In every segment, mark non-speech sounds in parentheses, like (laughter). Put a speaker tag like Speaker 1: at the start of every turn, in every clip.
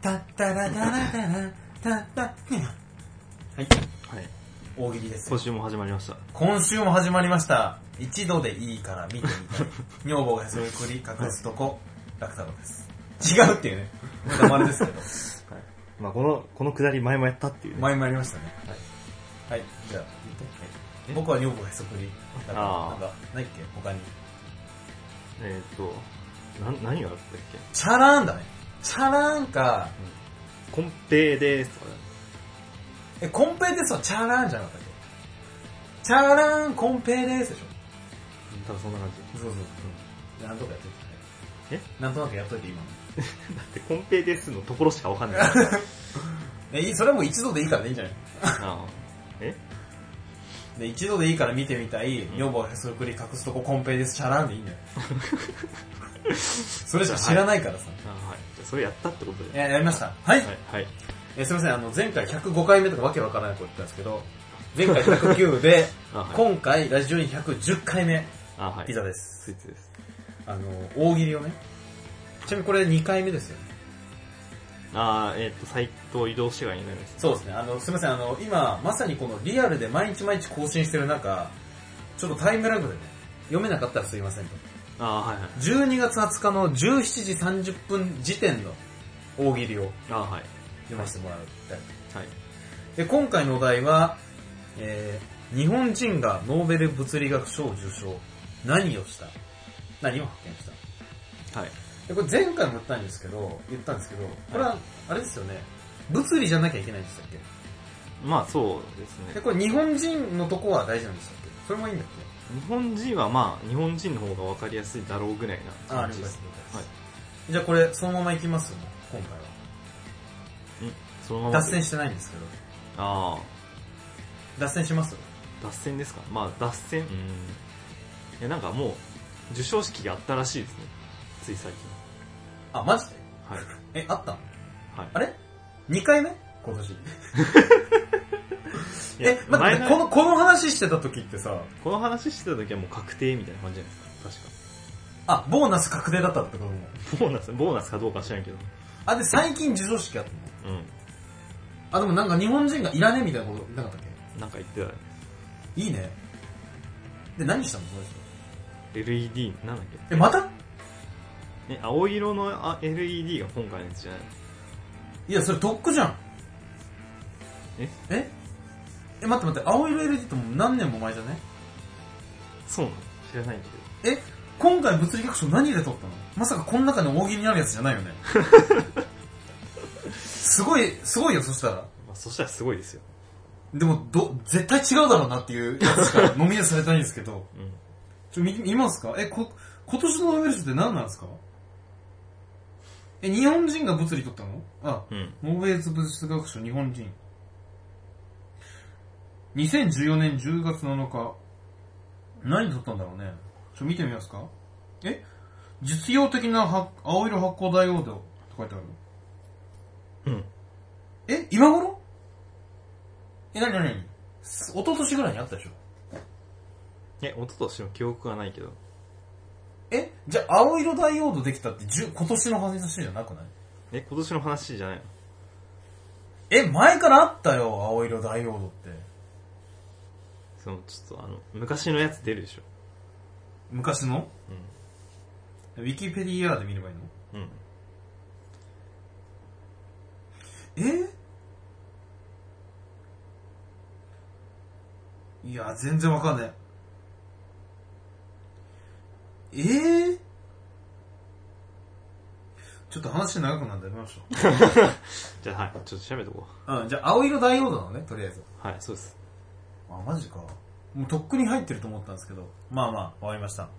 Speaker 1: タッタラタラタラタッタッはい、
Speaker 2: はい。
Speaker 1: 大喜利ですよ
Speaker 2: 今。週も始まりました。
Speaker 1: 今週も始まりました。一度でいいから見てみたい。女房がそれくり隠すとこ、楽太郎です。違うっていうね。また丸ですけど。
Speaker 2: はい。まあこの、このくだり前もやったっていうね。
Speaker 1: 前もやりましたね。はい。はい、じゃあ、
Speaker 2: え
Speaker 1: 僕は女房がへそくり。なんか、
Speaker 2: あー
Speaker 1: なんかないっけ他に。
Speaker 2: えーっと、なん、何があったっけ
Speaker 1: チャラーンだね。チャラーンか、
Speaker 2: コンペイですとかね
Speaker 1: え、コンペイですはチャラーンじゃなかったっけチャラーンコンペイですでしょ
Speaker 2: 多分そんな感
Speaker 1: そうそうそう。なんとかやっといて。
Speaker 2: え
Speaker 1: なんとなくやっといて、今の。
Speaker 2: じ。だってコンペイですのところしかわかんない。
Speaker 1: え、いいそれはもう一度でいいからでいいんじゃない
Speaker 2: (laughs) ああえ
Speaker 1: で、一度でいいから見てみたい、
Speaker 2: ん
Speaker 1: 女房へそくり隠すとこコンペイです、チャラーンでいいんじゃない (laughs) それしか知らないからさ。
Speaker 2: あはい。じゃあそれやったってこと
Speaker 1: い
Speaker 2: で。
Speaker 1: や、やりました。はい。
Speaker 2: はい。はい。
Speaker 1: えすみません、あの、前回105回目とかわけわからないこと言ったんですけど、前回109で、 (laughs)
Speaker 2: あはい。
Speaker 1: 今回、ラジオに110回目、
Speaker 2: あはい。
Speaker 1: ピザです。
Speaker 2: スイーツです。
Speaker 1: あの、大喜利をね。ちなみにこれ2回目ですよね。
Speaker 2: ああえーっと、サイトを移動してからになります。
Speaker 1: そうですね。あの、すみません、あの、今、まさにこのリアルで毎日毎日更新してる中、ちょっとタイムラグでね、読めなかったらすいませんと。
Speaker 2: ああはいはい。
Speaker 1: 12月20日の17時30分時点の大喜利を
Speaker 2: ああはい。
Speaker 1: 読ませてもらいたい。
Speaker 2: はい。
Speaker 1: で、今回のお題は、えー、日本人がノーベル物理学賞を受賞。何をした何を発見した
Speaker 2: はい。
Speaker 1: で、これ前回も言ったんですけど、言ったんですけど、これは、あれですよね、物理じゃなきゃいけないんでしたっけ
Speaker 2: まあそうです
Speaker 1: で、
Speaker 2: ね。
Speaker 1: これ日本人のとこは大事なんでしたっけそれもいいんだっけ
Speaker 2: 日本人はまあ、日本人の方がわかりやすいだろうぐらいな
Speaker 1: あ、了
Speaker 2: 感
Speaker 1: 解
Speaker 2: じ
Speaker 1: で
Speaker 2: ですす。。
Speaker 1: 了解
Speaker 2: はい
Speaker 1: ですじゃあこれ、そのままいきますよ、今回は。
Speaker 2: うんそのままで。
Speaker 1: 脱線してないんですけど。
Speaker 2: ああ
Speaker 1: 脱線します
Speaker 2: 脱線ですかまあ脱線うんいやなんかもう授賞式があったらしいですねつい最近
Speaker 1: あ、マジで
Speaker 2: はい
Speaker 1: え、あったの
Speaker 2: はい
Speaker 1: あれ ?2 回目今年。
Speaker 2: いや
Speaker 1: え、待っ
Speaker 2: 前
Speaker 1: て、
Speaker 2: の
Speaker 1: この、この話してた時ってさ、
Speaker 2: この話してた時はもう確定みたいな感じじゃないですか
Speaker 1: あ、ボーナス確定だったってことも。
Speaker 2: 確かボーナスボーナスかどうかは知らんけど
Speaker 1: あ、で、最近授賞式あったの
Speaker 2: うん
Speaker 1: あ、でもなんか日本人がいらねえみたいなことなかったっ
Speaker 2: なんか言ってたね
Speaker 1: けいいね。で、何したのその人。
Speaker 2: LED なんだっ
Speaker 1: え、また
Speaker 2: けえ青色のあ LED が今回のやつじゃないの
Speaker 1: いや、それとっくじゃん。
Speaker 2: え
Speaker 1: ええ、待って待って、青色 LED ってもう何年も前じゃね
Speaker 2: そうなの知らないんだ
Speaker 1: え今回物理学賞何で取ったのまさかこの中の大喜利にあるやつじゃないよね。
Speaker 2: (laughs)
Speaker 1: すごい、すごいよ、そしたら。
Speaker 2: けど、まあ、そしたらすごいですよ
Speaker 1: でも、ど、絶対違うだろうなっていうやつしかノミネートされてないんですけど。
Speaker 2: うん
Speaker 1: (laughs) ちょ、見、見ますかえ、こ、今年のノーベル賞って何なんですかえ、日本人が物理取ったのあ、
Speaker 2: うん
Speaker 1: ノーベル物質学賞日本人。2014年10月7日。何取ったんだろうね。ちょ、見てみますかえ実用的なは青色発光ダイオードって書いてある
Speaker 2: うん
Speaker 1: え今頃え、なになになにす一昨年ぐらいにあったでしょ
Speaker 2: え一昨年の記憶がないけど
Speaker 1: えじゃあ青色ダイオードできたって10今年の話じゃなくない
Speaker 2: え今年の話じゃないの
Speaker 1: え、前からあったよ、青色ダイオードって。
Speaker 2: そのちょっとあの昔のやつ出るでしょ
Speaker 1: 昔の
Speaker 2: うん
Speaker 1: ウィキペディアで見ればいいの
Speaker 2: うん。
Speaker 1: えいや、全然わかんない。えー、ちょっと話長くなってやめましょ
Speaker 2: じゃあはい、ちょっと調べとこ
Speaker 1: う。うん、じゃあ青色ダイオードなのね、とりあえず。
Speaker 2: う。はい、そうです。
Speaker 1: あ、マジか。もうとっくに入ってると思ったんですけど。まあまあ、終わりました。
Speaker 2: はい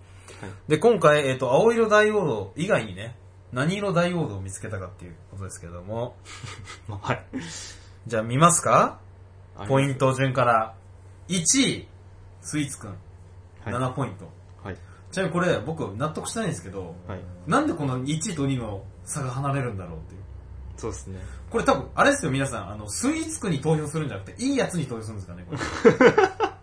Speaker 1: で、今回、えっ、と、青色ダイオード以外にね、何色ダイオードを見つけたかっていうことですけども。
Speaker 2: まあ、はい。
Speaker 1: じゃあ見ますかポイン
Speaker 2: ト。
Speaker 1: ト順から。1位、スイーツくん。
Speaker 2: はい。は
Speaker 1: 7ポイント。
Speaker 2: い。
Speaker 1: ちなみにこれ、僕納得してないんですけど、
Speaker 2: はい。
Speaker 1: なんでこの1位と2位の差が離れるんだろうっていう。
Speaker 2: そうですね。
Speaker 1: これ多分、あれですよ皆さん、あの、スイ
Speaker 2: (laughs)
Speaker 1: ーツくんに投票するんじゃなくて、いいやつに投票するんですかね、こ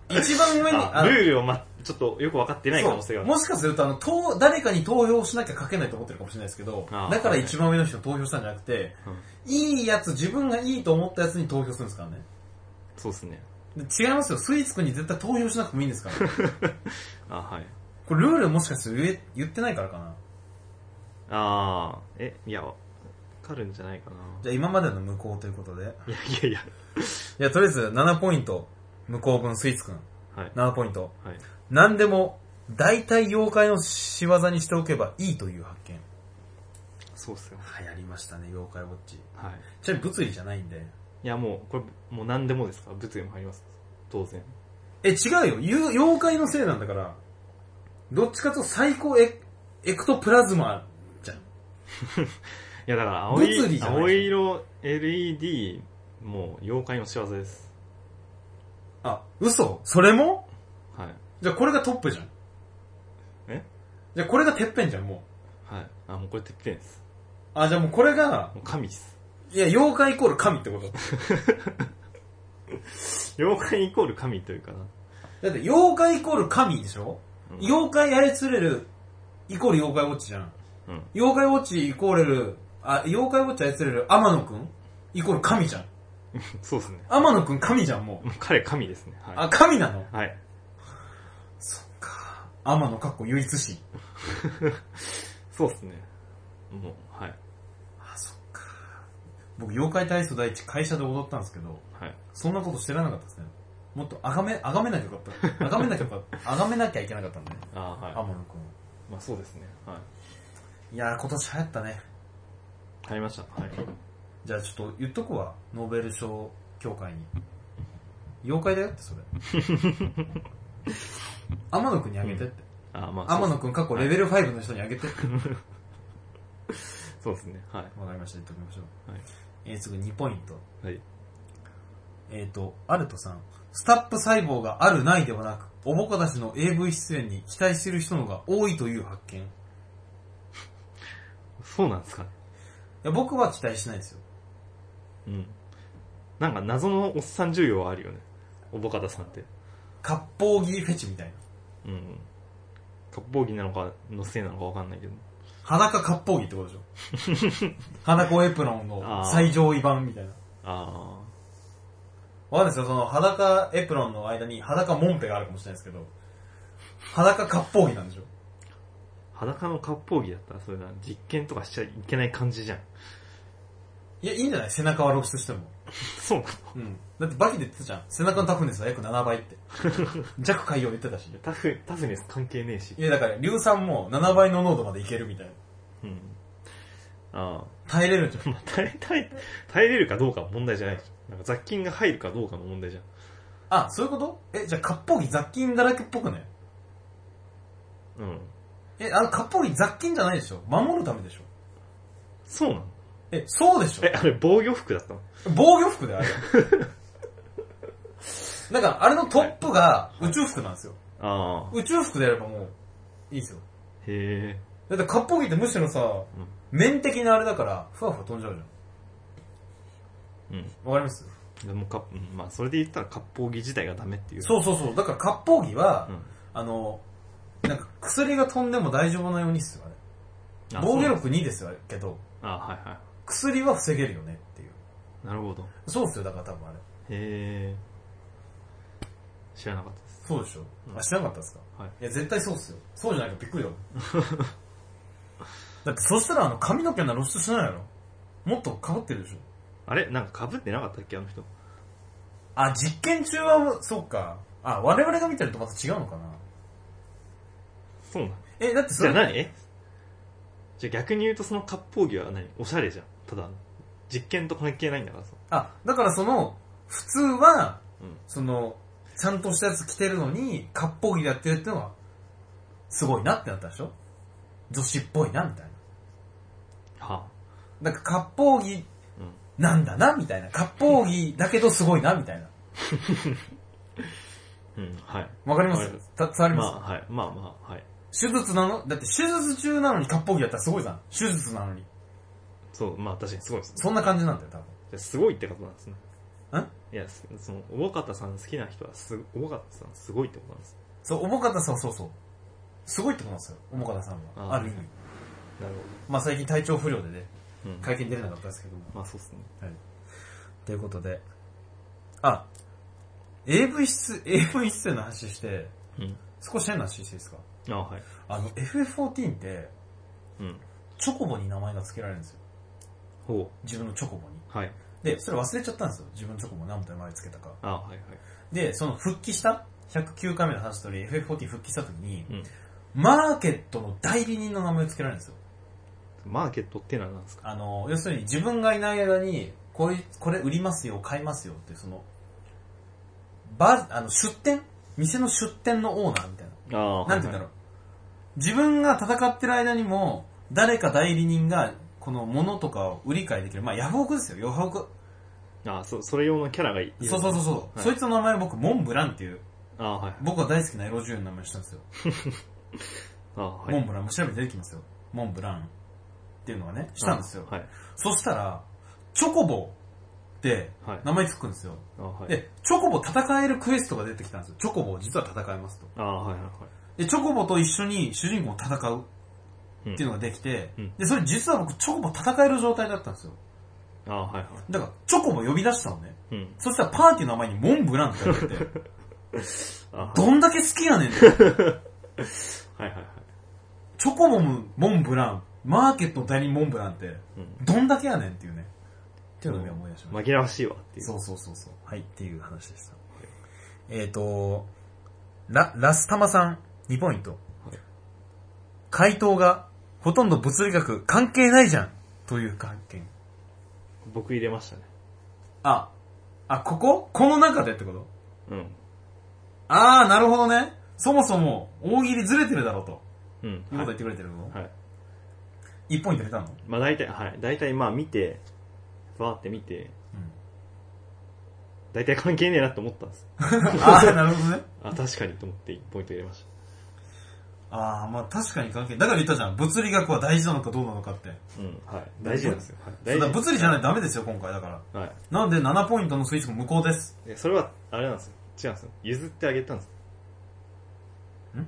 Speaker 1: れ。一番上に、あ
Speaker 2: あ、ルールを、ま、ちょっとよく分かってない可能性がある。
Speaker 1: もしかすると、あの、投誰かに投票しなきゃ書けないと思ってるかもしれないですけど、
Speaker 2: あー
Speaker 1: だから一番上の人に投票したんじゃなくて、
Speaker 2: うん
Speaker 1: いいやつ、自分がいいと思ったやつに投票するんですからね。
Speaker 2: そうですね。
Speaker 1: で違いますよ、スイーツくんに絶対投票しなくてもいいんですから。
Speaker 2: あ、はい。
Speaker 1: これルールもしかして言え言ってないからかな。
Speaker 2: ああ、え、いや、わかるんじゃないかな。
Speaker 1: じゃあ今までの無効ということで。
Speaker 2: いやいやいや、
Speaker 1: いや、とりあえず7ポイント。無効分、スイーツくん。
Speaker 2: はい。
Speaker 1: 7ポイント。
Speaker 2: はい。
Speaker 1: 何でも、大体妖怪の仕業にしておけばいいという発見。
Speaker 2: そうっすよ。
Speaker 1: 流行りましたね、妖怪ウォッチ。
Speaker 2: はい。
Speaker 1: ちなみに物理じゃないんで。
Speaker 2: いや、もう、これ、もう何でもですから、物理も入ります。当然。
Speaker 1: え、違うよ。ゆ妖怪のせいなんだから、どっちかというと最高エエクトプラズマじゃん。
Speaker 2: いや、だから、青い
Speaker 1: 物理じゃない
Speaker 2: 青色 LED、もう、妖怪の仕業です。
Speaker 1: あ、嘘それも
Speaker 2: はい。
Speaker 1: じゃあこれがトップじゃん。
Speaker 2: え
Speaker 1: じゃあこれがてっぺんじゃん、もう。
Speaker 2: はい。あ、もうこれてっぺんです。
Speaker 1: あ、じゃあもうこれが、
Speaker 2: もう神です。
Speaker 1: いや、妖怪イコール神ってこと。
Speaker 2: 妖怪イコール神というかな。
Speaker 1: だって妖怪イコール神でしょ、
Speaker 2: うん
Speaker 1: 妖怪操れるイコール妖怪ウォッチじゃん。
Speaker 2: うん。
Speaker 1: 妖怪ウォッチイコール、あ、妖怪ウォッチ操れる天野くんイコール神じゃん。
Speaker 2: そうですね。
Speaker 1: 天野くん神じゃん、もう。
Speaker 2: もう彼神ですね。は
Speaker 1: あ、神なの
Speaker 2: い。はい。
Speaker 1: 天野かっこ唯一神。
Speaker 2: そうですね。もう、はい。
Speaker 1: あ、そっか。僕、妖怪体操第一会社で踊ったんですけど、
Speaker 2: はい。
Speaker 1: そんなこと知らなかったですね。もっとあがめ、あがめなきゃよかった。あがめなきゃよか
Speaker 2: (laughs)
Speaker 1: った。あがめなきゃいけなかったんで、ね、
Speaker 2: あーはい。
Speaker 1: 天野く
Speaker 2: まあそうですね。はい。
Speaker 1: ん。いやー、今年流行ったね。
Speaker 2: 入りました。はい。
Speaker 1: じゃあちょっと言っとくわ。ノーベル賞協会に。妖怪だよって、それ。
Speaker 2: (laughs)
Speaker 1: 天野くんにあげてって。
Speaker 2: あーまあ
Speaker 1: 天野くん過去レベル5の人にあげてって。
Speaker 2: そうですね。は
Speaker 1: わかりました、言っときましょう。
Speaker 2: はい
Speaker 1: えー、次2ポイント。
Speaker 2: い。はい。
Speaker 1: えっ、と、アルトさん。スタップ細胞があるないではなく、おぼかだしの AV 出演に期待している人の方が多いという発見。い
Speaker 2: そうなんですかね。
Speaker 1: や僕は期待しないですよ。
Speaker 2: うん。なんか謎のおっさん重要はあるよね。おぼかたさんって。
Speaker 1: 割烹着フェチみたいな。
Speaker 2: うん。割烹着なのか、のせいなのかわかんないけど。
Speaker 1: 裸割烹着ってことでしょ裸エプロンの最上位版みたいな。
Speaker 2: あ
Speaker 1: わかんないですよ、その裸エプロンの間に裸モンペがあるかもしれないですけど、裸割烹着なんでしょ
Speaker 2: あ。裸の割烹着だったら、それな、実験とかしちゃいけない感じじゃん。
Speaker 1: いや、いいんじゃない背中は露出しても。
Speaker 2: そうなの
Speaker 1: うん。だってバキで言ってたじゃん。背中のタフネスは約7倍って。弱海洋言ってたし。
Speaker 2: タフ、タフネス関係ねえし
Speaker 1: い。やだから、硫酸も7倍の濃度までいけるみたいな。
Speaker 2: うん。ああ。
Speaker 1: 耐えれるんじゃん。
Speaker 2: まあ、耐え、耐え、耐えれるかどうかは問題じゃないでしょ。なんか雑菌が入るかどうかの問題じゃん。
Speaker 1: あ、そういうことえ、じゃあ、割烹着雑菌だらけっぽくね
Speaker 2: うん。
Speaker 1: え、あの、割烹着雑菌じゃないでしょ守るためでしょ
Speaker 2: そうなの
Speaker 1: え、そうでしょ
Speaker 2: え、あれ防御服だったの
Speaker 1: 防御服だよ、あれ。だから、あれのトップが宇宙服なんですよ。
Speaker 2: ああ。
Speaker 1: 宇宙服でやればもう、いいですよ。
Speaker 2: へえ。
Speaker 1: だって、割烹着ってむしろさ、面的なあれだから、ふわふわ飛んじゃうじゃ
Speaker 2: うん。
Speaker 1: ん。わかります
Speaker 2: でもか、うんまあ、それで言ったら、割烹着自体がダメっていう。う。
Speaker 1: そうそうそう。だから、割烹着は、
Speaker 2: ん。
Speaker 1: あの、なんか薬が飛んでも大丈夫なようにっすよ、あれ。
Speaker 2: あ
Speaker 1: 防御。
Speaker 2: そう
Speaker 1: 力2ですよけど、
Speaker 2: あはいは
Speaker 1: 薬は防げるよねっていう。
Speaker 2: い。なるほど。
Speaker 1: そうっすよ、だから多分あれ。
Speaker 2: へえ。知らなかったです。
Speaker 1: そうでしょ、
Speaker 2: うん
Speaker 1: あ、知らなかったですか
Speaker 2: はい
Speaker 1: や、絶対そうっすよ。そうじゃないとびっくりだもん。 (laughs) だってそしたらあの髪の毛な露出しないやろもっとかぶってるでしょ
Speaker 2: あれなんか被ってなかったっけあの人。
Speaker 1: あ、実験中は、そうか。あ、我々が見てるとまた違うのかな
Speaker 2: そうなの
Speaker 1: え、だってそ
Speaker 2: じゃあ
Speaker 1: れ、
Speaker 2: 何えじゃあ逆に言うとその割烹着は何おしゃれじゃん。ただ、実験と関係ないんだからさ。
Speaker 1: あ、だからその、普通は、
Speaker 2: うん。
Speaker 1: その、ちゃんとしたやつ着てるのに、割烹着でやってるってのは、すごいなってなったでしょ女子っぽいな、みたい
Speaker 2: は
Speaker 1: な。なんか割烹着
Speaker 2: あ。うん。
Speaker 1: なんだな、みたいな。割烹着だけどすごいな、みたいな。
Speaker 2: うん、はい。
Speaker 1: わかりま
Speaker 2: わ
Speaker 1: す
Speaker 2: かります
Speaker 1: た伝わり
Speaker 2: ま
Speaker 1: ます、
Speaker 2: あ、はい。まあまあ、はい。
Speaker 1: 手術なのだって手術中なのに割烹着やったらすごいじゃん。手術なのに。
Speaker 2: そう、まあ確かにすごいですね。
Speaker 1: そんな感じなんだよ、多分。
Speaker 2: いやすごいってことなんですね。
Speaker 1: ん
Speaker 2: いや、すその、大方さん好きな人はす、大方さんすごいってことなんです。
Speaker 1: そう、おもかたさん、そうそう。すごいってことなんですよ、おもかたさんは。
Speaker 2: あ
Speaker 1: ある意味。
Speaker 2: なるほ
Speaker 1: まあ最近体調不良でね、
Speaker 2: ど。うん。
Speaker 1: 会見出れなかったですけども。
Speaker 2: まあそうっすね。
Speaker 1: ということで。あ、AV 出、AV 出演の話して、
Speaker 2: うん。
Speaker 1: 少し変な話していいですか
Speaker 2: あはい。
Speaker 1: あの、FF14 って、
Speaker 2: うん。
Speaker 1: チョコボに名前が付けられるんですよ。
Speaker 2: ほ
Speaker 1: 自分のチョコボに。
Speaker 2: う。はい。
Speaker 1: で、それ忘れちゃったんですよ。自分のチョコボ何本前付けたか。
Speaker 2: あはいはい。
Speaker 1: で、その復帰した、109回目の話とおり、FF14 復帰した時に、
Speaker 2: うん
Speaker 1: マーケットの代理人の名前を付けられるんですよ。
Speaker 2: マーケットってのは何ですか
Speaker 1: あの、要するに自分がいない間に、これ、これ売りますよ、買いますよって、その、ば、あの、出店店の出店のオーナーみたいな。
Speaker 2: ああ
Speaker 1: なんて言うんだろう。自分が戦ってる間にも、誰か代理人が、この物とかを売り買いできる。まあ、ヤフオクですよ、ヤフオク。
Speaker 2: ああ、そ、それ用のキャラがいい。
Speaker 1: そうそうそう。そう
Speaker 2: はい
Speaker 1: そいつの名前僕、モンブランっていう、
Speaker 2: ああはい。
Speaker 1: 僕が大好きなエロ女優の名前にしたんですよ。
Speaker 2: ああはい。
Speaker 1: モンブランも調べて出てきますよ。モンブランっていうのがね、したんですよ。
Speaker 2: あはい。
Speaker 1: そしたら、チョコボって
Speaker 2: はい。
Speaker 1: 名前つくんですよ。
Speaker 2: ああはい。
Speaker 1: で、チョコボ戦えるクエストが出てきたんですよ。チョコボ実は戦えますと。
Speaker 2: ああはいはい
Speaker 1: で、チョコボと一緒に主人公を戦うっていうのができて、
Speaker 2: うんうん
Speaker 1: で、それ実は僕チョコボ戦える状態だったんですよ。
Speaker 2: ああはいは
Speaker 1: だから、チョコボ呼び出したのね。
Speaker 2: い。うん。
Speaker 1: そしたらパーティーの名前にモンブランって書いてあって、
Speaker 2: (laughs) ああはい
Speaker 1: どんだけ好きやねんって。
Speaker 2: はいはいはい。
Speaker 1: チョコボもモンブラン、マーケットの代理モンブランって、
Speaker 2: うん。
Speaker 1: どんだけやねんっていうね。っていうのをね思い出しました。
Speaker 2: 紛らわしいわっていう。
Speaker 1: そうそうそうそう。はい、っていう話でした。えっ、と、ラ、ラスタマさん、2ポイント。
Speaker 2: い
Speaker 1: 回答が、ほとんど物理学関係ないじゃんという関係。
Speaker 2: 僕入れましたね。
Speaker 1: あ、あ、こここの中でってこと
Speaker 2: うん。
Speaker 1: あー、なるほどね。そもそも、大喜利ずれてるだろうと。
Speaker 2: うん。
Speaker 1: いうこと
Speaker 2: は
Speaker 1: 言
Speaker 2: い
Speaker 1: ってくれてるの、
Speaker 2: はい。
Speaker 1: ?1 ポイント出たの
Speaker 2: まあ大体、はい。大体まあ見て、バーって見て、大体関係ねえなと思ったんです。
Speaker 1: あー、なるほどね。
Speaker 2: あ、確かにと思ってポイント入れまし
Speaker 1: (laughs) あー、まあ確かに関係だから言ったじゃん。物理学は大事なのかどうなのかって。
Speaker 2: た。うん。はい。大事なんですよ。はい。
Speaker 1: そう
Speaker 2: 大
Speaker 1: だ
Speaker 2: 事。
Speaker 1: 物理じゃないとダメですよ、今回だから。
Speaker 2: はい。
Speaker 1: なので7ポイントのスイッチも無効です。
Speaker 2: いやそれは、あれなんですよ。違うんですよ。譲ってあげたんですよ。
Speaker 1: ん
Speaker 2: い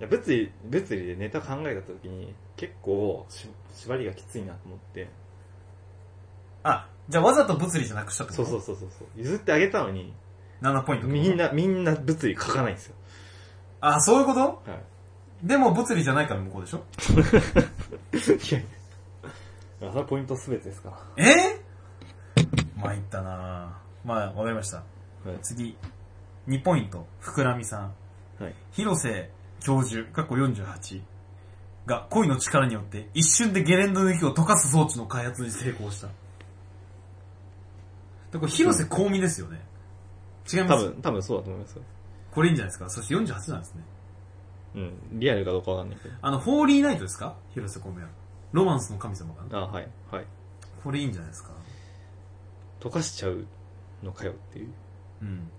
Speaker 2: や、物理、物理でネタ考えた時に、結構し、縛りがきついなと思って、
Speaker 1: あ、じゃあわざと物理じゃなくしたって
Speaker 2: そ
Speaker 1: こ
Speaker 2: う
Speaker 1: と
Speaker 2: そうそうそうそう。譲ってあげたのに、
Speaker 1: 7ポイントってこと
Speaker 2: みん。な、みんな物理書かないんですよ。
Speaker 1: あ、そういうこと
Speaker 2: はい。
Speaker 1: でも物理じゃないから向こうでしょ
Speaker 2: いやいや。あそれはポイントすべてですから。
Speaker 1: えー、参ったなぁ。まあ、わかりました。
Speaker 2: はい。
Speaker 1: 次。2ポイント。膨らみさん。
Speaker 2: はい。
Speaker 1: 広瀬教授、過去48が恋の力によって一瞬でゲレンドの雪を溶かす装置の開発に成功した。でこれ広瀬香美ですよね。違い
Speaker 2: 多
Speaker 1: ます
Speaker 2: 分、多分そうだと思いますよ。
Speaker 1: これいいんじゃないですかそして48なんですね。
Speaker 2: うん。リアルかどうかわかんないけど。
Speaker 1: あの、ホーリーナイトですか広瀬香美は。ロマンスの神様かな
Speaker 2: あ、はい。はい。
Speaker 1: これいいんじゃないですか
Speaker 2: 溶かしちゃうのかよっていう。
Speaker 1: うん。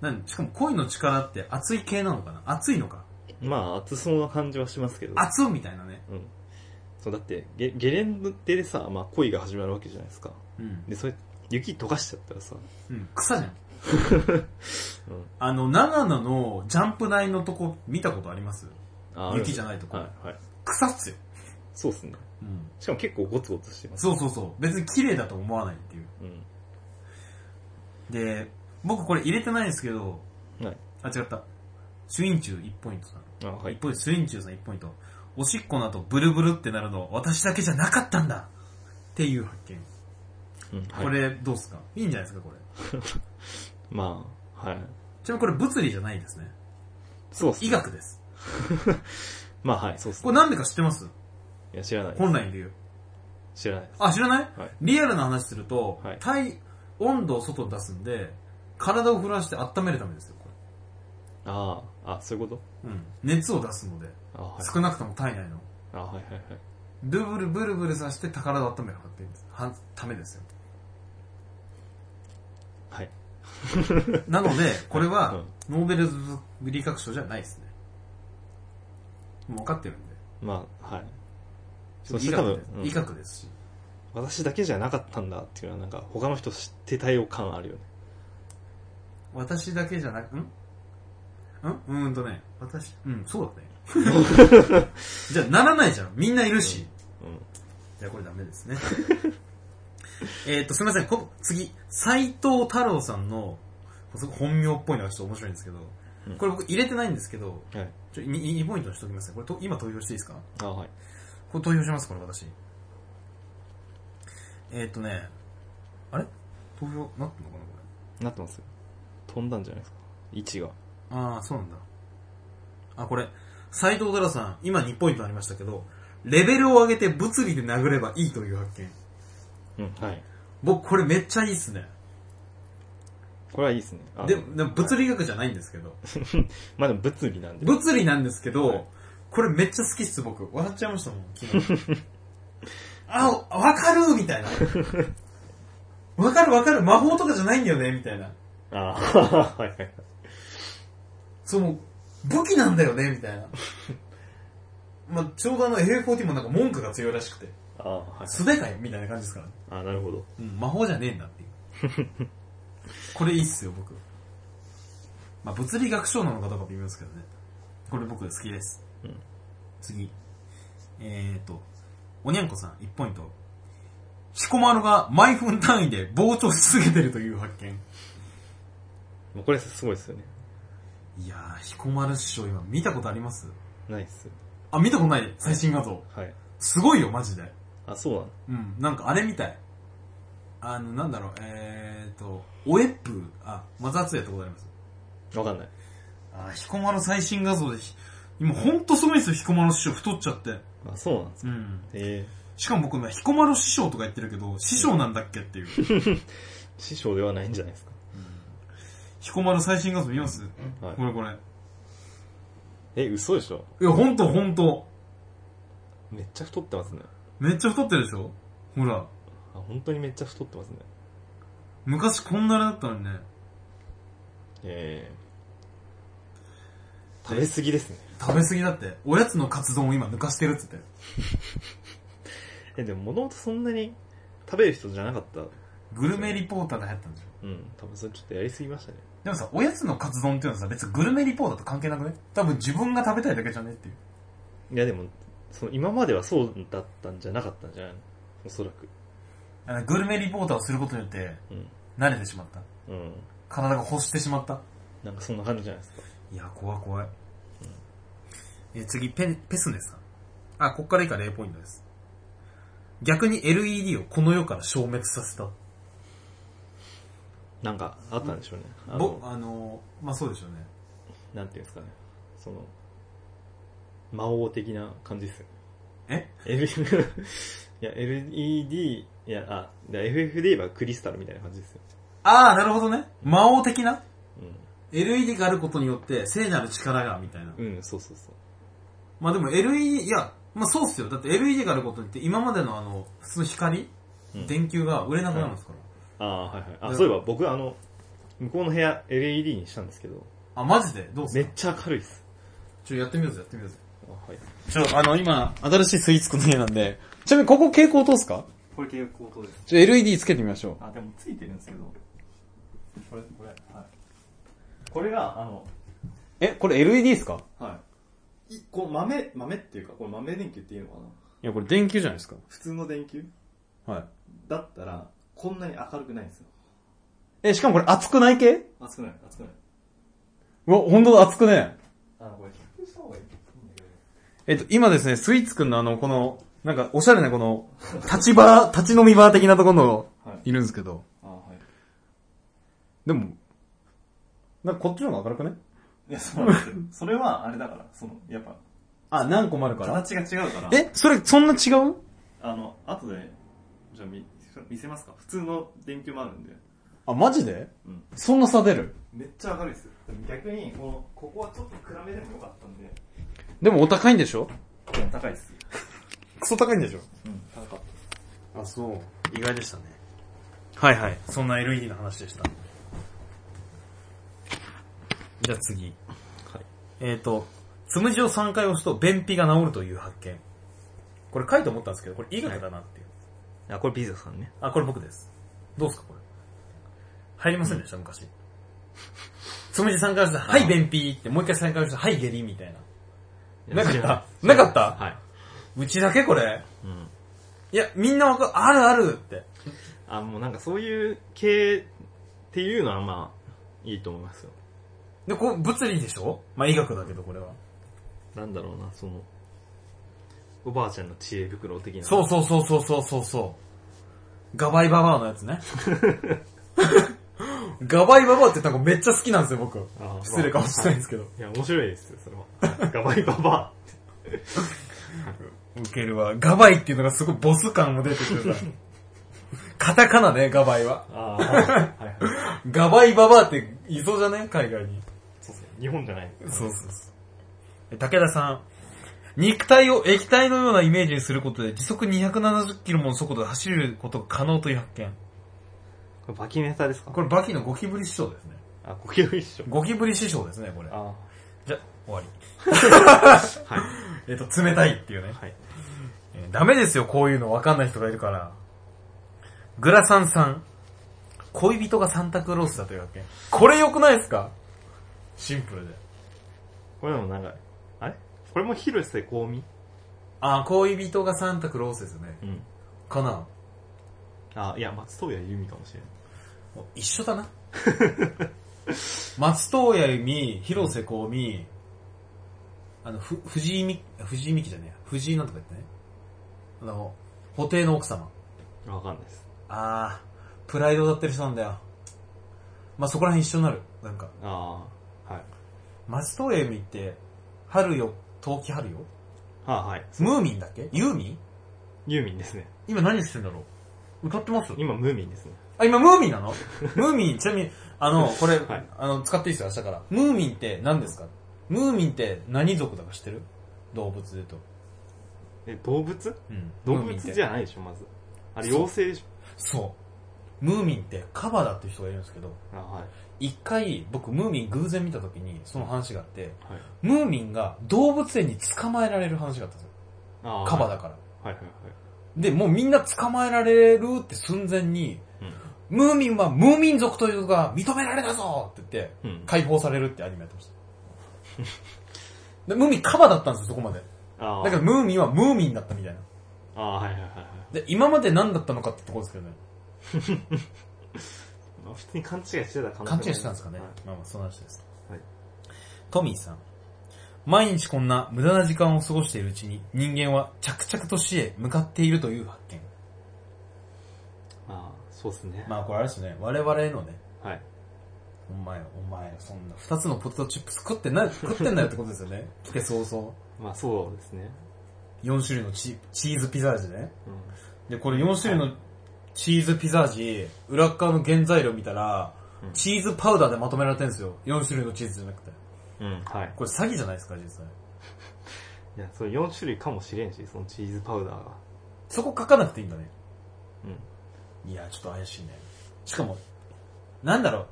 Speaker 1: なんしかも恋の力って熱い系なのかな熱いのか
Speaker 2: まあ、熱そうな感じはしますけど。
Speaker 1: 熱みたいなね。
Speaker 2: うん。そう、だって、ゲゲレンデでさ、まあ、恋が始まるわけじゃないですか。
Speaker 1: うん。
Speaker 2: で、それ、雪溶かしちゃったらさ、
Speaker 1: うん、草じ (laughs) ゃん。あの、長野のジャンプ台のとこ見たことあります
Speaker 2: あ
Speaker 1: 雪じ
Speaker 2: ゃ
Speaker 1: ゃないとこ。
Speaker 2: はい、はい。
Speaker 1: 草っすよ。
Speaker 2: そうっすね。
Speaker 1: うん。
Speaker 2: しかも結構ゴツゴツしてます。
Speaker 1: そうそうそう。別に綺麗だと思わないっていう。
Speaker 2: うん。
Speaker 1: で、僕これ入れてないんですけど、
Speaker 2: はい。
Speaker 1: あ、違った。主因中1ポイントさん。
Speaker 2: あ、は
Speaker 1: 一
Speaker 2: い。
Speaker 1: ポイント、主因中さん1ポイント。おしっこの後ブルブルってなるの私だけじゃなかったんだっていう発見。
Speaker 2: うん、はい、
Speaker 1: こ。れどうっすかいいんじゃないですかこれ。
Speaker 2: まあ、はい。
Speaker 1: ちなみにこれ物理じゃないですね。
Speaker 2: そうっすね
Speaker 1: 医。学です。
Speaker 2: まあ、はい、そうっす
Speaker 1: こ
Speaker 2: ね。
Speaker 1: れなんでか知ってます
Speaker 2: いや、知らないです。
Speaker 1: 本来の理由。
Speaker 2: 知らないです。
Speaker 1: あ、知らない、
Speaker 2: はい
Speaker 1: リアルな話すると、
Speaker 2: はい
Speaker 1: 体温度を外に出すんで、体を振らして温めるためですよ、こ
Speaker 2: ああ、あ、そういうこ
Speaker 1: れ。うん。熱を出すので、
Speaker 2: とあ、はい。
Speaker 1: 少なくとも体内の。
Speaker 2: あ、はい、はい、はい。
Speaker 1: ブルブルブルブルさして体を温めるはってですはためですよ。
Speaker 2: はい。
Speaker 1: なので、これ
Speaker 2: う
Speaker 1: は
Speaker 2: ん、
Speaker 1: ノーベル物理学賞じゃないですね。もう分かってるんで。
Speaker 2: まあ、はい。そし
Speaker 1: 医
Speaker 2: て多
Speaker 1: 学
Speaker 2: 分
Speaker 1: で、
Speaker 2: うん
Speaker 1: 医学ですし。
Speaker 2: 私だけじゃなかったんだっていうのは、なんか、他の人知ってたよ感あるよね。
Speaker 1: 私だけじゃなく、んんうーんとね、私、うん、そうだね。
Speaker 2: (laughs)
Speaker 1: じゃあ、ならないじゃん。みんないるし。じゃあ、これダメです
Speaker 2: (laughs)
Speaker 1: ね。えっと、すみません、こ次、斎藤太郎さんの、すごい本名っぽいのがちょっと面白いんですけど、
Speaker 2: うん
Speaker 1: これ僕入れてないんですけど、
Speaker 2: うん。はい。
Speaker 1: ちょ、2, ポイントにしておきますね。これと、今投票していいですか
Speaker 2: あ、はい。
Speaker 1: これ投票します、これ私。えっ、とね、あれ投票なってんのかな、これ。
Speaker 2: なってますよ。飛んだんじゃないですか。位置が。
Speaker 1: ああ、そうなんだ。あ、これ、斎藤太郎さん、今2ポイントありましたけど、レベルを上げて物理で殴ればいいという発見。
Speaker 2: うん、はい。
Speaker 1: 僕、これめっちゃいいっすね。
Speaker 2: これはいいですね。あ
Speaker 1: でも、でも物理学じゃないんですけど、
Speaker 2: まあでも物理なんで。
Speaker 1: 物理なんですけど、
Speaker 2: はい
Speaker 1: これめっちゃ好きっす、僕。笑っちゃいましたもん、昨
Speaker 2: (laughs)
Speaker 1: 日。あ、わかるみたいな。わかるわかる、魔法とかじゃないんだよね、みたいな。
Speaker 2: ああ、 (laughs) はいはいはい。
Speaker 1: その、武器なんだよね、みたいな。 (laughs) まあ、ちょうどあの A40 もなんか文句が強いらしくて。
Speaker 2: ああ、はい。
Speaker 1: 素手かよみたいな感じですから、
Speaker 2: あなるほど。
Speaker 1: うん、魔法じゃねえんだっていう。 (laughs) これいいっすよ、僕。まあ、物理学賞なのかどうか微妙ですけどね。これ僕好きです。
Speaker 2: うん
Speaker 1: 次。えーと、おにゃんこさん、1ポイント。シコマロが毎分単位で膨張し続けてるという発見。
Speaker 2: もうこれすごいですよね。
Speaker 1: いやー、ヒコマル師匠今見たことあります
Speaker 2: ないっす。
Speaker 1: あ、見たことない最新画像。
Speaker 2: はい。
Speaker 1: すごいよ、マジで。
Speaker 2: あ、そうなの
Speaker 1: うん、なんかあれみたい。あの、なんだろう、えーと、おえっぷ、あ、マザー2やったことあります
Speaker 2: わかんない。
Speaker 1: あ、彦摩呂最新画像でひ、今ほんとすごいんですよ、彦摩呂師匠、太っちゃって。
Speaker 2: あ、そうなんですか。
Speaker 1: うん。
Speaker 2: ええ
Speaker 1: しかも僕今、彦摩呂師匠とか言ってるけど、師匠なんだっけっていう。
Speaker 2: 師匠ではないんじゃないですか。
Speaker 1: 彦摩呂最新画像見ます
Speaker 2: はい
Speaker 1: こ。れこれ。
Speaker 2: え、嘘でしょ
Speaker 1: いや、ほんとほんと。
Speaker 2: めっちゃ太ってますね。
Speaker 1: めっちゃ太ってるでしょほら。
Speaker 2: あ、本当にめっちゃ太ってますね。
Speaker 1: 昔こんなあれだったのにね。
Speaker 2: ええ食べ過ぎですね。
Speaker 1: 食べ過ぎだって。おやつのカツ丼を今抜かしてるっつって。
Speaker 2: え、でももともとそんなに食べる人じゃなかった。
Speaker 1: グルメリポーターで流行ったんでしょ
Speaker 2: うん、多分それちょっとやりすぎましたね。
Speaker 1: でもさ、おやつのカツ丼っていうのはさ、別にグルメリポーターと関係なくね多分自分が食べたいだけじゃねっていう。
Speaker 2: いやでも、その今まではそうだったんじゃなかったんじゃないのおそらく。
Speaker 1: あのグルメリポーターをすることによって、
Speaker 2: うん。
Speaker 1: 慣れてしまった。
Speaker 2: うん。
Speaker 1: 体が欲してしまった。
Speaker 2: なんかそんな感じじゃないですか。
Speaker 1: いや、怖い怖い。えー次、ペン、ペスネさん。あ、こっから以下0ポイントです。逆に LED をこの世から消滅させた。
Speaker 2: なんかあったんでしょうね。あ
Speaker 1: ぼ
Speaker 2: の、、
Speaker 1: あのー、まあ、そうでしょうね。
Speaker 2: なんていうんですかね。その、魔王的な感じですよ。
Speaker 1: え
Speaker 2: L- (laughs) いや、LED、いや、あ、だ FF で言えばクリスタルみたいな感じですよ。
Speaker 1: あー、なるほどね。魔王的な
Speaker 2: う
Speaker 1: ?LED があることによって、聖なる力が、みたいな。
Speaker 2: ん。うん、そうそうそう。
Speaker 1: まあでも LED、いや、まあそうっすよ。だって LED があることによって、今までのあの、普通の光、
Speaker 2: うん
Speaker 1: 電球が売れなくなるんですから。
Speaker 2: ああ、はいはい。
Speaker 1: う
Speaker 2: あ、
Speaker 1: ん
Speaker 2: そういえば僕、あの、向こうの部屋 LED にしたんですけど、
Speaker 1: あ、マジでどうっす
Speaker 2: め
Speaker 1: か
Speaker 2: っちゃ明るいです。
Speaker 1: ちょ、やってみようぜ、やってみようぜ。
Speaker 2: あはい。
Speaker 1: ちょ、あの、今、新しいスイーツくの家なんで、ちなみにここ蛍光灯っすか
Speaker 3: これ蛍光灯です。
Speaker 1: ちょ、LED つけてみましょ
Speaker 3: あ、でもついてるんですけど。これ、これ、はい。これが、あの、
Speaker 1: う。え、これ LED っすか
Speaker 3: はい。いこう豆、豆っていうか、これ豆電球っていうのかない
Speaker 1: や、これ電球じゃないですか。
Speaker 3: 普通の電球
Speaker 1: はい。
Speaker 3: だったら、こんなに明るくないんですよ。
Speaker 1: え、しかもこれ熱くない系
Speaker 3: 熱くない、熱くない。
Speaker 1: うわ、ほんとだ、熱くね。
Speaker 3: あの、これ、低くした方がいいんだけど。
Speaker 1: えっと、今ですね、スイーツくんのあの、この、なんか、おしゃれなこの、立ちバー、立ち飲みバー的なところ
Speaker 3: はい
Speaker 1: の、いるんですけど、
Speaker 3: あ、はい。
Speaker 1: でも、なんかこっちの方が明るくね
Speaker 3: いや、そうなんですよ。それは、あれだから、その、やっぱ、
Speaker 1: あ、何個もあるから。
Speaker 3: 形が違うから、
Speaker 1: え、それ、そんな違う
Speaker 3: あの、後で、じゃあ見、見せますか。普通の電球もあるんで。
Speaker 1: あ、マジで
Speaker 3: うん。
Speaker 1: そんな差出る
Speaker 3: めっちゃ明るいです。でも逆に、この、ここはちょっと暗めでもよかったんで、
Speaker 1: でもお高いんでしょ
Speaker 3: 高いです。
Speaker 1: クソ高いんでしょ
Speaker 3: うん、高かった。
Speaker 1: あ、そう。意外でしたね。はいはい。そんな LED の話でした。じゃあ次。
Speaker 2: はい。
Speaker 1: えっ、ー、と、つむじを3回押すと便秘が治るという発見。これ書いて思ったんですけど、これ医学だなっていう。
Speaker 2: あ、これピザさんね。
Speaker 1: あ、これ僕です。どうですかこれ。入りませんでした、昔。つむじ3回ずつ、はい、便秘って、もう一回3回ずつ、はい、下痢みたいな。なか
Speaker 2: い
Speaker 1: っ
Speaker 2: や知ら
Speaker 1: たなかっ
Speaker 2: な
Speaker 1: た
Speaker 2: いはいう
Speaker 1: ちだけこれ。
Speaker 2: うん
Speaker 1: いや、みんなわかる、あるあるって。
Speaker 2: あもうなんかそういう系っていうのはまあいいと思いますよ
Speaker 1: で、こう、物理でしょまあ、医学だけど、これは。
Speaker 2: なんだろうなそのおばあちゃんの知恵袋的な
Speaker 1: そうそうそうそうそうそうそう。ガバイババアのやつ (laughs) ね。ガバイババアってなんかめっちゃ好きなんですよ、僕。
Speaker 2: あ
Speaker 1: 失礼かもしれないんですけど。
Speaker 2: いや面白いですよそれは (laughs) ガバイババ
Speaker 1: ウケるわ。ガバイっていうのがすごいボス感も出てくる (laughs) から。カタカナね、ガバイは。
Speaker 2: アああはいはいはい
Speaker 1: ガバイババアっていそうじゃね海外に。
Speaker 2: そうですね日本じゃない
Speaker 1: そうそうそう。武田さん。肉体を液体のようなイメージにすることで時速270キロもの速度で走ることが可能という発見。
Speaker 2: これバキネタですか
Speaker 1: これバキのゴキブリ師匠ですね。
Speaker 2: あゴキブリ師匠
Speaker 1: ゴキブリ師匠ですね、これ。
Speaker 2: あ
Speaker 1: じゃ、終わり。
Speaker 2: はい
Speaker 1: (laughs) えっと、冷たいっていうね。
Speaker 2: はい
Speaker 1: えーダメですよ、こういうの分かんない人がいるから。グラサンさん。恋人がサンタクロースだというわけ。これ良くないですかシンプルで。
Speaker 2: これでもなんかあれこれも広瀬香美
Speaker 1: あ、恋人がサンタクロースですよね。
Speaker 2: うん
Speaker 1: かな
Speaker 2: あいや松任谷由実かもしれない
Speaker 1: 一緒だな。松任谷由実、広瀬香美、あの、ふ、藤井み、藤井美紀じゃねえや。藤井なんとか言ってね。あの、布袋の奥様。
Speaker 2: わかんないです
Speaker 1: あー、プライドを歌ってる人なんだよ。まあ、そこら辺一緒になる。なんか、
Speaker 2: ああはい
Speaker 1: 松任谷由実って、春よ、冬季春よ
Speaker 2: はあ、はい
Speaker 1: ムーミンだっけユーミン
Speaker 2: ユーミンですね
Speaker 1: 今何してんだろう歌ってます
Speaker 2: 今ムーミンですね
Speaker 1: あ、今ムーミンな
Speaker 2: (laughs)
Speaker 1: のムーミン、ちなみに、あの、これ、
Speaker 2: はい
Speaker 1: あの、使っていいですよ、明日から。ムーミンって何ですかムーミンって何族だか知ってる動物で言うと。
Speaker 2: え動物
Speaker 1: うん。
Speaker 2: 動
Speaker 1: ムーミン
Speaker 2: 物
Speaker 1: って
Speaker 2: じゃないでしょまずあれ
Speaker 1: そう
Speaker 2: 妖精でしょ
Speaker 1: そう。ムーミンってカバだっていう人がいるんですけど、
Speaker 2: あはい
Speaker 1: 一回僕ムーミン偶然見た時にその話があって、
Speaker 2: はい
Speaker 1: ムーミンが動物園に捕まえられる話があったんですよ。
Speaker 2: あ
Speaker 1: カバ
Speaker 2: だ
Speaker 1: だから。
Speaker 2: はいはい
Speaker 1: で、もうみんな捕まえられるって寸前に、
Speaker 2: はい
Speaker 1: ムーミンはムーミン族というのが認められたぞって言って、
Speaker 2: うんうん
Speaker 1: 解放されるってアニメやってました。で、ムーミンカバだったんですよ、そこまで。
Speaker 2: あ
Speaker 1: だけ
Speaker 2: あ
Speaker 1: どムーミンはムーミンだったみたいな。
Speaker 2: ああはいはいはいはい
Speaker 1: で、今まで何だったのかってとこですけどね。
Speaker 2: まあ普通に勘違いしてた可能性もあ
Speaker 1: 勘
Speaker 2: り
Speaker 1: 違いしてたんですかね。
Speaker 2: はい
Speaker 1: まあまあ、その話です。
Speaker 2: はい
Speaker 1: トミーさん。毎日こんな無駄な時間を過ごしているうちに、人間は着々と死へ向かっているという発見。
Speaker 2: まあそうですね
Speaker 1: まあこれあれですね、我々のね、
Speaker 2: はい
Speaker 1: お前、お前、そんな二つのポテトチップス食ってない、食ってんなよってことですよね。来て早々。
Speaker 2: まあそうですね
Speaker 1: 4種類のチチーズピザ味ね。
Speaker 2: うん
Speaker 1: で、これ4種類のチーズピザ味、裏っ側の原材料見たら
Speaker 2: うん、
Speaker 1: チーズパウダーでまとめられてるんですよ。4種類のチーズじゃなくて。
Speaker 2: うん、はい。
Speaker 1: これ詐欺じゃないですか、実際。
Speaker 2: いや、それ4種類かもしれんし、そのチーズパウダーが。
Speaker 1: そこ書かなくていいんだね。
Speaker 2: うん。
Speaker 1: いや、ちょっと怪しいね。しかも、なんだろ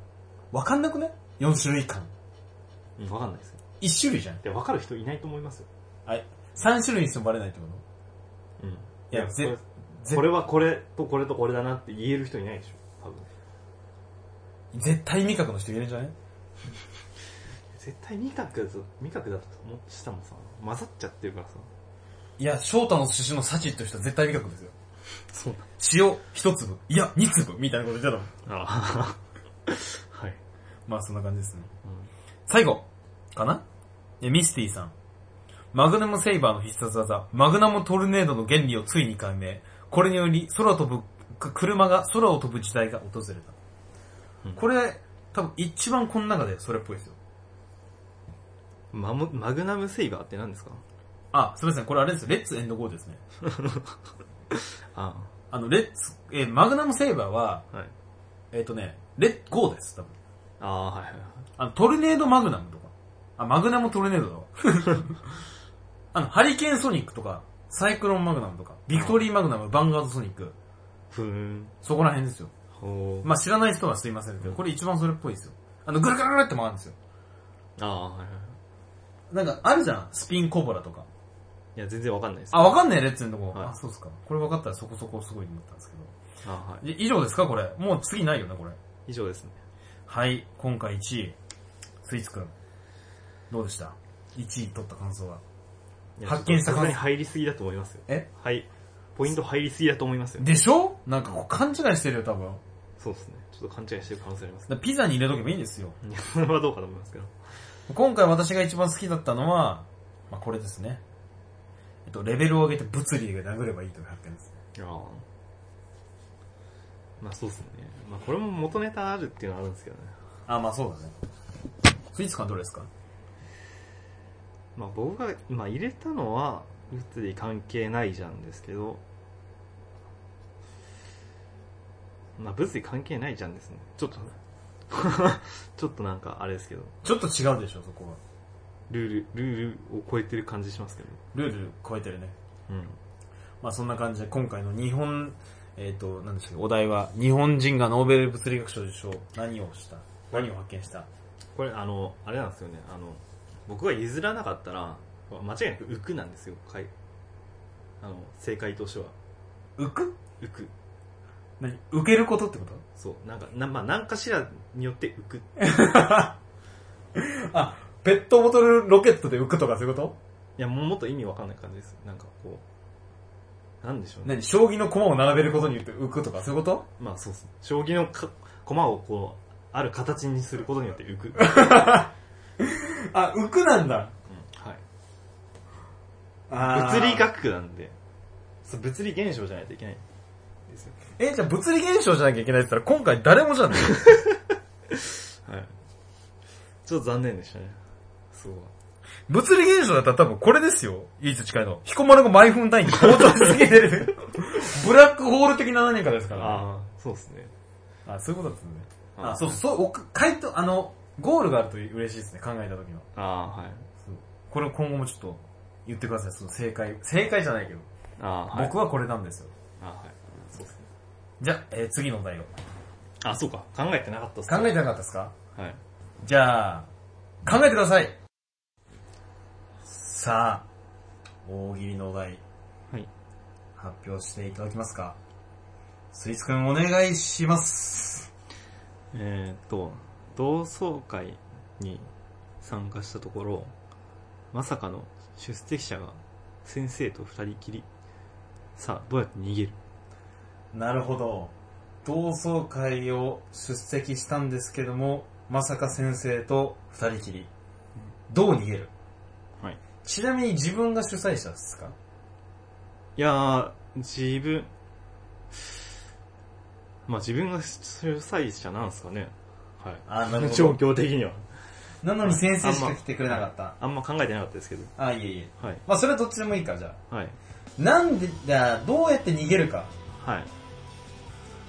Speaker 1: う、わかんなくね ?4 種類間。
Speaker 2: うん、わかんないですよ。
Speaker 1: 1種類じゃん。
Speaker 2: で、わかる人いないと思いますよ。
Speaker 1: はい。3種類にしてもバレないってこと
Speaker 2: うん。い
Speaker 1: いや
Speaker 2: や、そ
Speaker 1: ぜ
Speaker 2: れ、
Speaker 1: ぜ
Speaker 2: これはこれとこれとこれだなって言える人いないでしょ、多分。
Speaker 1: 絶対味覚の人いるんじゃない
Speaker 2: 絶対味覚だと、味覚だと思ってしたもんさ、混ざっちゃってるからさ。
Speaker 1: いや、翔太の寿司のサチッとした絶対味覚ですよ。
Speaker 2: そう
Speaker 1: 塩一粒、いや、二粒みたいなこと言ってたもん。
Speaker 2: だ。ああ。はい。
Speaker 1: まあそんな感じですね。
Speaker 2: うん。
Speaker 1: 最後かなえミスティさん。マグナムセイバーの必殺技、マグナムトルネードの原理をついに解明。これにより、空飛ぶ、く車が空を飛ぶ時代が訪れた。
Speaker 2: うん
Speaker 1: これ、多分一番この中でそれっぽいですよ。
Speaker 2: マムマグナムセイバーって何ですか
Speaker 1: あ、すみません、これあれですよ。レッツエンドゴーですね。
Speaker 2: あ
Speaker 1: あの、レッツ、えーマグナムセイバーは、
Speaker 2: あ。はい。
Speaker 1: えっ、とね、レッツゴーです、多分。
Speaker 2: ああ、はいはいはい。
Speaker 1: あの、トルネードマグナムとか。あ、マグナムトルネードとか。
Speaker 2: (laughs)
Speaker 1: あの、ハリケーンソニックとか、サイクロンマグナムとか、ビクトリーマグナム、バンガードソニック。
Speaker 2: ふーん。
Speaker 1: そこら辺ですよ。
Speaker 2: ほー。
Speaker 1: まあ、知らない人はすいませんけど、これ一番それっぽいですよ。あの、ぐるぐるぐるって回るんですよ。
Speaker 2: ああ、はいはい。
Speaker 1: なんか、あるじゃん。スピンコブラとか。
Speaker 2: いや、全然わかんないです。
Speaker 1: あ、わかんない、レッツのとこ。
Speaker 2: はい
Speaker 1: あ、そうですか。これ分かったらそこそこすごいと思ったんですけ
Speaker 2: ああ、はい。
Speaker 1: ど。い以上ですか、これ。もう次ないよね、これ。
Speaker 2: 以上ですね。
Speaker 1: はい、今回1位。スイーツくん。どうでした ?1 位取った感想は。
Speaker 2: いや
Speaker 1: 発見した
Speaker 2: ちょっと
Speaker 1: 感
Speaker 2: さすがに
Speaker 1: 想。
Speaker 2: 入りすぎだと思いますよ。
Speaker 1: え
Speaker 2: はい。ポイント入りすぎだと思いますよ。
Speaker 1: でしょなんかこう勘違いしてるよ、多分。だか
Speaker 2: そうですね。ちょっと勘違いしてる可能性あります
Speaker 1: らピザに入れとけばいいんですよ。
Speaker 2: いや、それはどうかと (laughs) 思いますけど。
Speaker 1: 今回私が一番好きだったのは、まあ、これですね。えっと、レベルを上げて物理で殴ればいいという発見です。
Speaker 2: あまあそうですね。まあこれも元ネタあるっていうのはあるんですけどね。
Speaker 1: あ、まあそうだね。スイーツ感どれですか
Speaker 2: まあ僕が今入れたのは、物理関係ないじゃんですけど、まあ物理関係ないじゃんですね。 (laughs) ちょっと、ちょっとなんかあれですけど、
Speaker 1: ちょっと違うでしょ、そこは。
Speaker 2: ルール、ルールを超えてる感じしますけど。
Speaker 1: ルール超えてるね。
Speaker 2: うん。
Speaker 1: まあそんな感じで今回の日本、えっ、と、なんですけど、お題は、日本人がノーベル物理学賞受賞、何をした何を発見した
Speaker 2: これあのあれなんですよねあの僕が譲らなかったら間違いなく浮くなんですよかいあの正解としては
Speaker 1: 浮く
Speaker 2: 浮く
Speaker 1: 何浮けることってこと
Speaker 2: そうなんかな、まあ、何かしらによって浮くい
Speaker 1: あ、ペットボトルロケットで浮くとかそういうこと
Speaker 2: やもうもっと意味わかんない感じですなんかこうなんでしょうね
Speaker 1: 何将棋の駒を並べることによって浮くとかそういうこと
Speaker 2: まあそうですね将棋のか駒をこうある形にすることによって浮く、うん、
Speaker 1: あ、浮くなんだ。
Speaker 2: はい
Speaker 1: あー
Speaker 2: 物理学なんでそう物理現象じゃないといけないんですよ
Speaker 1: え、じゃあ物理現象じゃなきゃいけないって言ったら今回誰もじゃ (laughs) ない
Speaker 2: はいちょっと残念でしたねそう
Speaker 1: 物理現象だったら多分これですよ。唯一近いの。彦摩呂が毎分単位に膨張しすぎてる。 (laughs) ブラックホール的な何かですから、ね。
Speaker 2: ああそうですね
Speaker 1: あそういうことですね。
Speaker 2: あ
Speaker 1: あ、そうそう、お回答、あの、ゴールがあると嬉しいですね、考えた時の。
Speaker 2: ああ、はい。
Speaker 1: そうこれを今後もちょっと言ってください、その正解。正解じゃないけど、
Speaker 2: ああ、はい。
Speaker 1: 僕はこれなんですよ。
Speaker 2: あはい。そうですね。
Speaker 1: じゃあ、えー次のお題を。
Speaker 2: あ、そうか。考えてなかったっす
Speaker 1: 考え
Speaker 2: ね。
Speaker 1: てなかったですか
Speaker 2: はい。
Speaker 1: じゃあ、考えてくださいさあ、大喜利のお題、
Speaker 2: はい。
Speaker 1: 発表していただきますかスイーツくんお願いします。
Speaker 2: えーっと、同窓会に参加したところ、まさかの出席者が先生と二人きり。さあ、どうやって逃げる
Speaker 1: なるほど。同窓会を出席したんですけども、まさか先生と二人きり。どう逃げる
Speaker 2: はい。
Speaker 1: ちなみに自分が主催者ですか
Speaker 2: いやー、自分、まあ自分が主催者なんですかね。はい。
Speaker 1: あ、
Speaker 2: (laughs)
Speaker 1: な
Speaker 2: 状。況的には。
Speaker 1: なのに先生しか来てくれなかった。
Speaker 2: あんま考えてなかったですけど。
Speaker 1: あ、いえいえ。
Speaker 2: はい。
Speaker 1: まあそれはどっちでもいいか、じゃあ。
Speaker 2: はい。
Speaker 1: なんで、じゃあ、どうやって逃げるか。
Speaker 2: はい。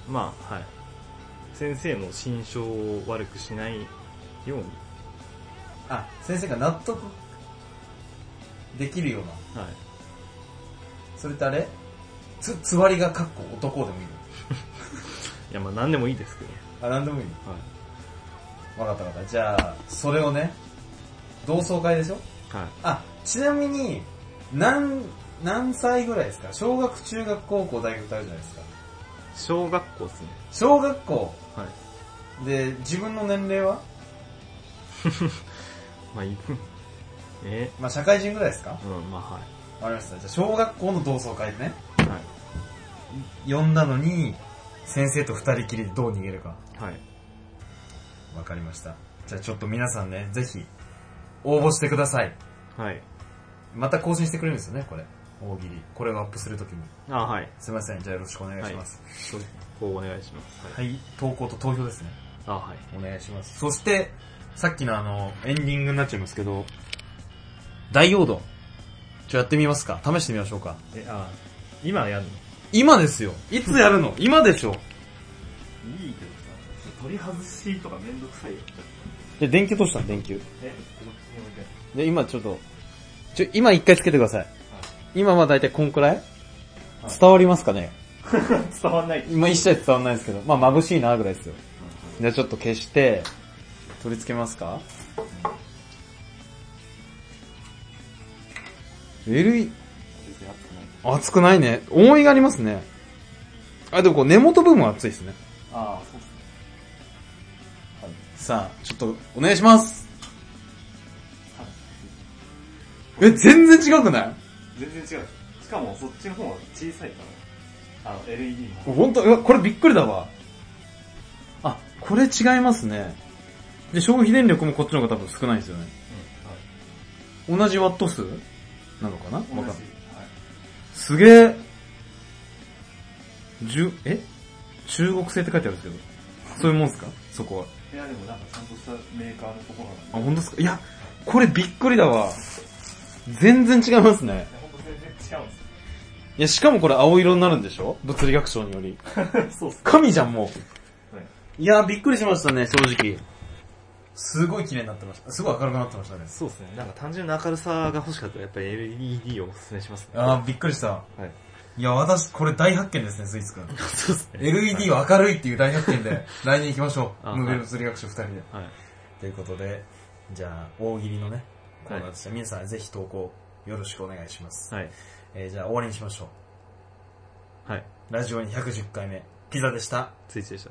Speaker 2: まあ、はい。先生の心象を悪くしないように、
Speaker 1: あ、先生が納得できるような。
Speaker 2: はい。
Speaker 1: それってあれつ、つわりがかっこ男でもいいの
Speaker 2: いや、まあ何でもいいですけど、
Speaker 1: あ、なんでもいい
Speaker 2: はい。
Speaker 1: のわかったわかった。じゃあ、それをね、同窓会でしょ
Speaker 2: はい。
Speaker 1: あ、ちなみに、何、何歳ぐらいですか小学、中学、高校、大学ってあるじゃないですか。
Speaker 2: 小学校ですね。
Speaker 1: 小学校
Speaker 2: はい。
Speaker 1: で、自分の年齢は
Speaker 2: まあ、い (laughs) え
Speaker 1: まあ社会人ぐらいですかわか
Speaker 2: うん、まあ、はい。
Speaker 1: りました。じゃあ、小学校の同窓会でね、
Speaker 2: はい。
Speaker 1: 呼んだのに、先生と二人きりでどう逃げるか。
Speaker 2: はい。
Speaker 1: わかりました。じゃあちょっと皆さんね、ぜひ、応募してください。
Speaker 2: はい。
Speaker 1: また更新してくれるんですよね、これ。大喜利。これをアップするときに。
Speaker 2: あ、はい。
Speaker 1: すいません、じゃあよろしくお願いします。
Speaker 2: そうですね。こうお願いします。はい。
Speaker 1: はい、投稿と投票ですね。
Speaker 2: あ、はい。
Speaker 1: お願いします。そして、さっきのあの、エンディングになっちゃいますけど、大陽動。ちょ、やってみますか試してみましょうか。
Speaker 2: え、あ、今やるの
Speaker 1: 今ですよ。いつやる (laughs) の今でしょ。
Speaker 3: いいけどさ、取り外しとかめんどくさいよ。
Speaker 1: で、電球どうしたの電球。
Speaker 3: え、こっちに置いて。
Speaker 1: で、今ちょっと、ちょ、今一回つけてください。今はだいたいこんくらい伝わりますかね
Speaker 3: 伝わんない。
Speaker 1: 今一切伝わんないですけど、まあ眩しいなぐらいですよ。じゃあちょっと消して、取り付けますか ?LED、
Speaker 3: 別に熱くない。
Speaker 1: 熱くないね。重いがありますね。あ、でもこう根元部分は熱いですね。
Speaker 3: ああ、そうっすね。
Speaker 1: さあ、ちょっとお願いします。え、全然違くない
Speaker 2: 全然違うしかもそっちの方は小さいからあの LED も
Speaker 1: 本当うわこれびっくりだわ。あ、これ違いますね。で、消費電力もこっちの方が多分少ないんですよね。同じワット数なのかなわか
Speaker 2: うん
Speaker 1: んない
Speaker 2: はい同じはい
Speaker 1: すげえ。じゅ、え中国製って書いてあるんですけど。そういうもんすかそこは。
Speaker 2: いやでもなんかちゃんとしたメーカーのところなんで
Speaker 1: あ、本当ですかいや、これびっくりだわ。全然違いますね。
Speaker 2: ほんと全然違うんですよ
Speaker 1: いや、しかもこれ青色になるんでしょ物理学賞により。
Speaker 2: そうっす
Speaker 1: 神じゃん、も
Speaker 2: は
Speaker 1: う。いや、びっくりしましたね、正直。
Speaker 4: すごい綺麗になってました。すごい明るくなってましたね。
Speaker 5: そうですね。なんか単純な明るさが欲しかったらやっぱり LED をおすすめしますね。
Speaker 4: あー、びっくりした。いや、私、これ大発見ですね、スイーツ
Speaker 1: (laughs)
Speaker 4: くん。
Speaker 5: そうですね。
Speaker 4: LED は明るいっていう大発見で、来年行きましょ
Speaker 5: あ
Speaker 4: う。ムーベル物理学賞二人で。
Speaker 5: はい。
Speaker 4: ということで、じゃあ、大喜利のね、コーナーでした。皆さん、ぜひ投稿よろしくお願いします。
Speaker 5: はい。
Speaker 4: えー、じゃあ、終わりにしましょ
Speaker 5: はい。
Speaker 4: う。ラジオに110回目、ピザでした。
Speaker 5: ついついでした。